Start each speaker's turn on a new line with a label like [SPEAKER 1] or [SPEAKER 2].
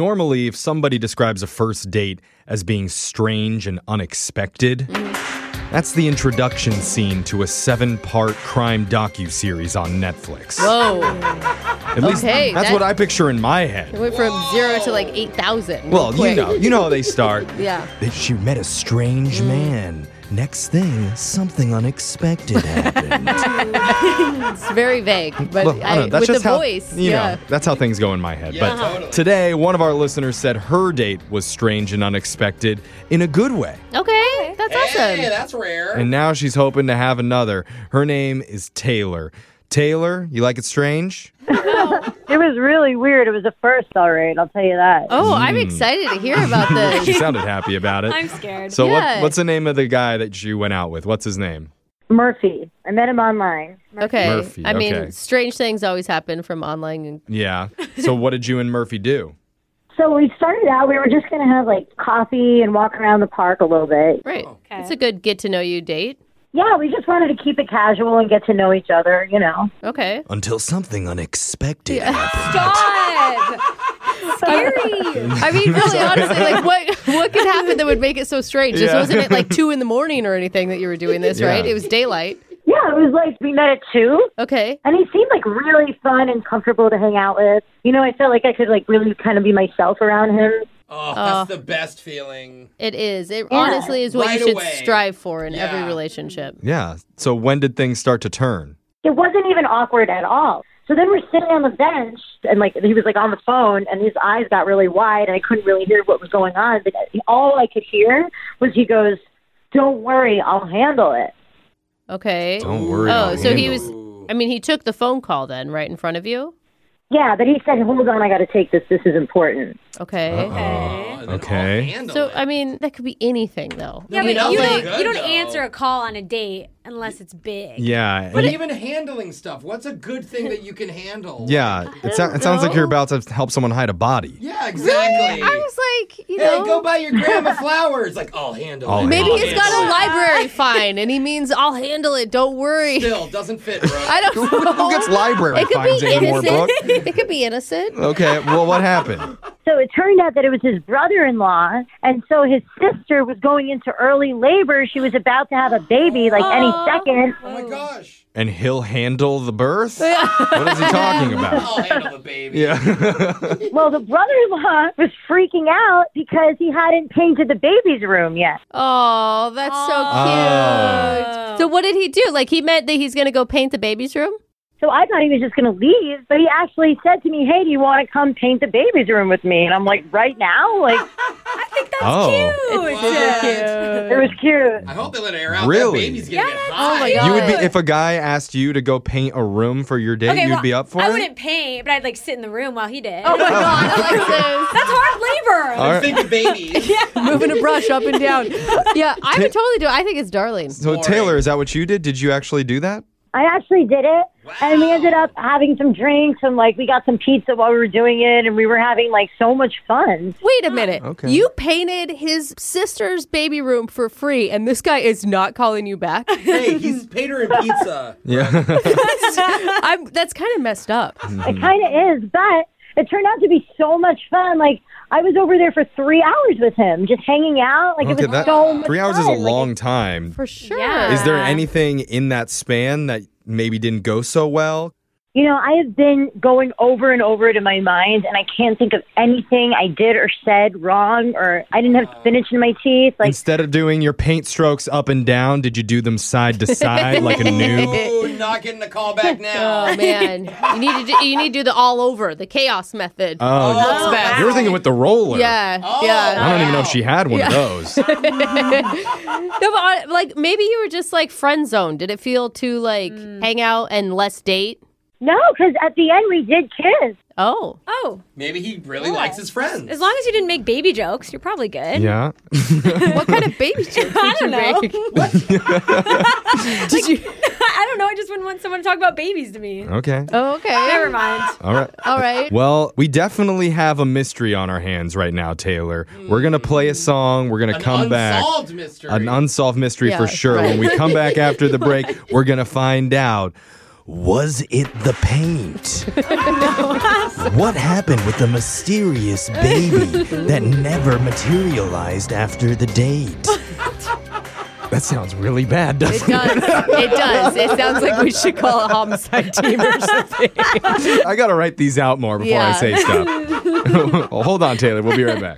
[SPEAKER 1] Normally, if somebody describes a first date as being strange and unexpected, that's the introduction scene to a seven-part crime docu-series on Netflix.
[SPEAKER 2] Whoa.
[SPEAKER 1] At least
[SPEAKER 2] okay,
[SPEAKER 1] that's
[SPEAKER 2] that-
[SPEAKER 1] what I picture in my head.
[SPEAKER 2] It went from zero to like 8,000.
[SPEAKER 1] Well, you
[SPEAKER 2] Quick.
[SPEAKER 1] know, you know how they start.
[SPEAKER 2] Yeah. Mm.
[SPEAKER 1] That she met a strange man. Next thing, something unexpected happened.
[SPEAKER 2] It's very vague, but
[SPEAKER 1] Look, I
[SPEAKER 2] I,
[SPEAKER 1] don't know, that's
[SPEAKER 2] with the
[SPEAKER 1] just how,
[SPEAKER 2] voice.
[SPEAKER 1] you know,
[SPEAKER 2] yeah.
[SPEAKER 1] that's how things go in my head. but
[SPEAKER 2] Uh-huh.
[SPEAKER 1] today, one of our listeners said her date was strange and unexpected in a good way.
[SPEAKER 2] Okay, that's awesome.
[SPEAKER 3] Hey, that's rare.
[SPEAKER 1] And now she's hoping to have another. Her name is Taylor. Taylor, you like it strange?
[SPEAKER 4] It was really weird. It was a first, all right. I'll tell you that.
[SPEAKER 2] oh,
[SPEAKER 1] Hmm.
[SPEAKER 2] I'm excited to hear about
[SPEAKER 1] She
[SPEAKER 2] this.
[SPEAKER 1] sounded happy about it.
[SPEAKER 5] I'm scared.
[SPEAKER 1] so
[SPEAKER 2] Yeah.
[SPEAKER 1] what, what's the name of the guy that you went out with? What's his name?
[SPEAKER 4] Murphy. I met him online.
[SPEAKER 2] okay.
[SPEAKER 1] Murphy,
[SPEAKER 2] I mean,
[SPEAKER 1] okay.
[SPEAKER 2] strange things always happen from online. And-
[SPEAKER 3] Oh,
[SPEAKER 1] Yeah. So what did you and Murphy do?
[SPEAKER 4] So we started out. We were just gonna have like coffee and walk around the park a little bit.
[SPEAKER 2] right.
[SPEAKER 5] Okay.
[SPEAKER 2] It's a good get to know you date.
[SPEAKER 4] Yeah, we just wanted to keep it casual and get to know each other. You know.
[SPEAKER 2] Okay.
[SPEAKER 1] Until something unexpected happened.
[SPEAKER 5] God.
[SPEAKER 1] Oh,
[SPEAKER 5] Scary.
[SPEAKER 2] I mean, really, honestly, like what what could happen that would make it so strange? This
[SPEAKER 1] Yeah.
[SPEAKER 2] wasn't at like two in the morning or anything that you were doing this,
[SPEAKER 1] Yeah.
[SPEAKER 2] right? It was daylight.
[SPEAKER 4] Yeah, it was like we met at two,
[SPEAKER 2] Okay.
[SPEAKER 4] and he seemed like really fun and comfortable to hang out with. You know, I felt like I could like really kind of be myself around him.
[SPEAKER 3] Oh, that's the best feeling.
[SPEAKER 2] It is. It honestly is what
[SPEAKER 3] Right
[SPEAKER 2] you should
[SPEAKER 3] away.
[SPEAKER 2] strive for in every
[SPEAKER 3] Yeah.
[SPEAKER 2] relationship.
[SPEAKER 1] Yeah. So when did things start to turn?
[SPEAKER 4] it wasn't even awkward at all. So then we're sitting on the bench, and like he was like on the phone, and his eyes got really wide, and I couldn't really hear what was going on. But all I could hear was he goes, "Don't worry, I'll handle it."
[SPEAKER 2] Okay.
[SPEAKER 1] Don't worry.
[SPEAKER 2] Oh,
[SPEAKER 1] I'll
[SPEAKER 2] so he
[SPEAKER 1] handle
[SPEAKER 2] was.
[SPEAKER 1] it.
[SPEAKER 2] I mean, he took the phone call then, right in front of you.
[SPEAKER 4] Yeah, but he said, "Hold on, I got to take this. This is important."
[SPEAKER 2] Okay.
[SPEAKER 1] Uh-uh.
[SPEAKER 3] Oh, and then
[SPEAKER 1] Okay.
[SPEAKER 3] I'll handle
[SPEAKER 2] So
[SPEAKER 3] it.
[SPEAKER 2] I mean, that could be anything though.
[SPEAKER 5] Yeah,
[SPEAKER 3] mean, that
[SPEAKER 5] but you
[SPEAKER 3] was
[SPEAKER 5] don't,
[SPEAKER 3] good,
[SPEAKER 5] you don't
[SPEAKER 3] though.
[SPEAKER 5] answer a call on a date unless it's big.
[SPEAKER 1] Yeah.
[SPEAKER 3] but
[SPEAKER 1] and-
[SPEAKER 3] even handling stuff, what's a good thing that you can handle?
[SPEAKER 1] yeah. It, sou- it sounds like you're about to help someone hide a body.
[SPEAKER 3] Yeah, exactly.
[SPEAKER 2] I was like, you
[SPEAKER 3] Hey,
[SPEAKER 2] know,
[SPEAKER 3] go buy your grandma flowers. Like, I'll handle
[SPEAKER 1] I'll
[SPEAKER 3] it.
[SPEAKER 2] maybe
[SPEAKER 1] I'll
[SPEAKER 2] he's
[SPEAKER 1] handle
[SPEAKER 2] got a library fine, and he means I'll handle it. Don't worry.
[SPEAKER 3] Still doesn't fit, bro.
[SPEAKER 2] I don't know.
[SPEAKER 1] Who gets library
[SPEAKER 2] It could
[SPEAKER 1] fines
[SPEAKER 2] be
[SPEAKER 1] anymore,
[SPEAKER 2] innocent.
[SPEAKER 1] Brooke?
[SPEAKER 2] it could be innocent.
[SPEAKER 1] Okay. Well, what happened?
[SPEAKER 4] So it turned out that it was his brother-in-law, and so his sister was going into early labor. She was about to have a baby, like
[SPEAKER 5] Aw.
[SPEAKER 4] any second.
[SPEAKER 3] oh my gosh.
[SPEAKER 1] And he'll handle the birth? what is he talking about?
[SPEAKER 3] I'll handle the baby.
[SPEAKER 1] Yeah.
[SPEAKER 4] Well, the brother-in-law was freaking out because he hadn't painted the baby's room yet.
[SPEAKER 2] Oh, that's so cute.
[SPEAKER 5] Oh.
[SPEAKER 2] So what did he do? Like he meant that he's gonna go paint the baby's room.
[SPEAKER 4] So I thought he was just going to leave, but he actually said to me, "Hey, do you want to come paint the baby's room with me?" And I'm like, "Right now?" Like
[SPEAKER 1] oh.
[SPEAKER 5] Cute.
[SPEAKER 3] What?
[SPEAKER 4] it was cute.
[SPEAKER 3] I hope they let it air out.
[SPEAKER 1] Really?
[SPEAKER 3] That baby's gonna get hot.
[SPEAKER 2] Oh my god.
[SPEAKER 1] You would be if a guy asked you to go paint a room for your date, you'd
[SPEAKER 5] well,
[SPEAKER 1] be up for
[SPEAKER 5] I
[SPEAKER 1] it.
[SPEAKER 5] wouldn't paint, but I'd like sit in the room while he did.
[SPEAKER 2] Oh my god, Alexis.
[SPEAKER 5] That's hard labor.
[SPEAKER 1] All right.
[SPEAKER 3] Think of babies.
[SPEAKER 2] Moving a brush up and down. Yeah, I would totally do it. I think it's darling.
[SPEAKER 1] So
[SPEAKER 3] Boring.
[SPEAKER 1] Taylor, is that what you did? Did you actually do that?
[SPEAKER 4] I actually did it, and we ended up having some drinks and like we got some pizza while we were doing it, and we were having like so much fun.
[SPEAKER 2] Wait a minute.
[SPEAKER 1] Okay.
[SPEAKER 2] You painted his sister's baby room for free, and this guy is not calling you back.
[SPEAKER 3] hey, he's paid her in pizza.
[SPEAKER 1] Yeah.
[SPEAKER 2] I'm, that's kind of messed up.
[SPEAKER 1] Mm-hmm.
[SPEAKER 4] It kind of is, but it turned out to be so much fun. Like I was over there for three hours with him, just hanging out. Like it
[SPEAKER 1] okay,
[SPEAKER 4] was
[SPEAKER 1] that
[SPEAKER 4] so much
[SPEAKER 1] three hours is a
[SPEAKER 4] fun. Like,
[SPEAKER 1] long time.
[SPEAKER 2] For sure.
[SPEAKER 5] Yeah.
[SPEAKER 1] Is there anything in that span that maybe didn't go so well?
[SPEAKER 4] You know, I have been going over and over it in my mind, and I can't think of anything I did or said wrong, or I didn't have spinach in my teeth. Like,
[SPEAKER 1] Instead of doing your paint strokes up and down, did you do them side to side like a noob?
[SPEAKER 3] Ooh, not getting a call back now.
[SPEAKER 2] Oh man, you need to do, you need to do the all over, the chaos method.
[SPEAKER 1] Oh,
[SPEAKER 3] Oh, wow.
[SPEAKER 1] you were thinking with the roller.
[SPEAKER 2] yeah,
[SPEAKER 3] Oh,
[SPEAKER 2] yeah.
[SPEAKER 1] I don't even know if she had one of those.
[SPEAKER 2] No, but uh, like maybe you were just like friend zone. Did it feel too like hang out and less date?
[SPEAKER 4] no, because at the end we did kiss.
[SPEAKER 2] Oh,
[SPEAKER 5] Oh,
[SPEAKER 3] Maybe he really likes his friends.
[SPEAKER 5] as long as you didn't make baby jokes, you're probably good.
[SPEAKER 1] yeah.
[SPEAKER 2] what kind of baby jokes did
[SPEAKER 5] I
[SPEAKER 2] you
[SPEAKER 5] don't know.
[SPEAKER 2] make? did you?
[SPEAKER 5] I don't know. I just wouldn't want someone to talk about babies to me.
[SPEAKER 1] Okay.
[SPEAKER 2] Oh, okay.
[SPEAKER 5] Never mind.
[SPEAKER 1] All right.
[SPEAKER 2] All right.
[SPEAKER 1] Well, we definitely have a mystery on our hands right now, Taylor. We're going to play a song. We're going to
[SPEAKER 3] An
[SPEAKER 1] come back.
[SPEAKER 3] unsolved mystery.
[SPEAKER 1] An unsolved mystery
[SPEAKER 2] Yeah,
[SPEAKER 1] for sure. When we come back after the break, we're going to find out was it the paint?
[SPEAKER 6] What happened with the mysterious baby that never materialized after the date?
[SPEAKER 1] That sounds really bad, doesn't
[SPEAKER 2] It does. It does. It sounds like we should call a homicide team or something.
[SPEAKER 1] I gotta write these out more before I
[SPEAKER 2] Yeah.
[SPEAKER 1] say stuff. Well, hold on, Taylor. We'll be right back.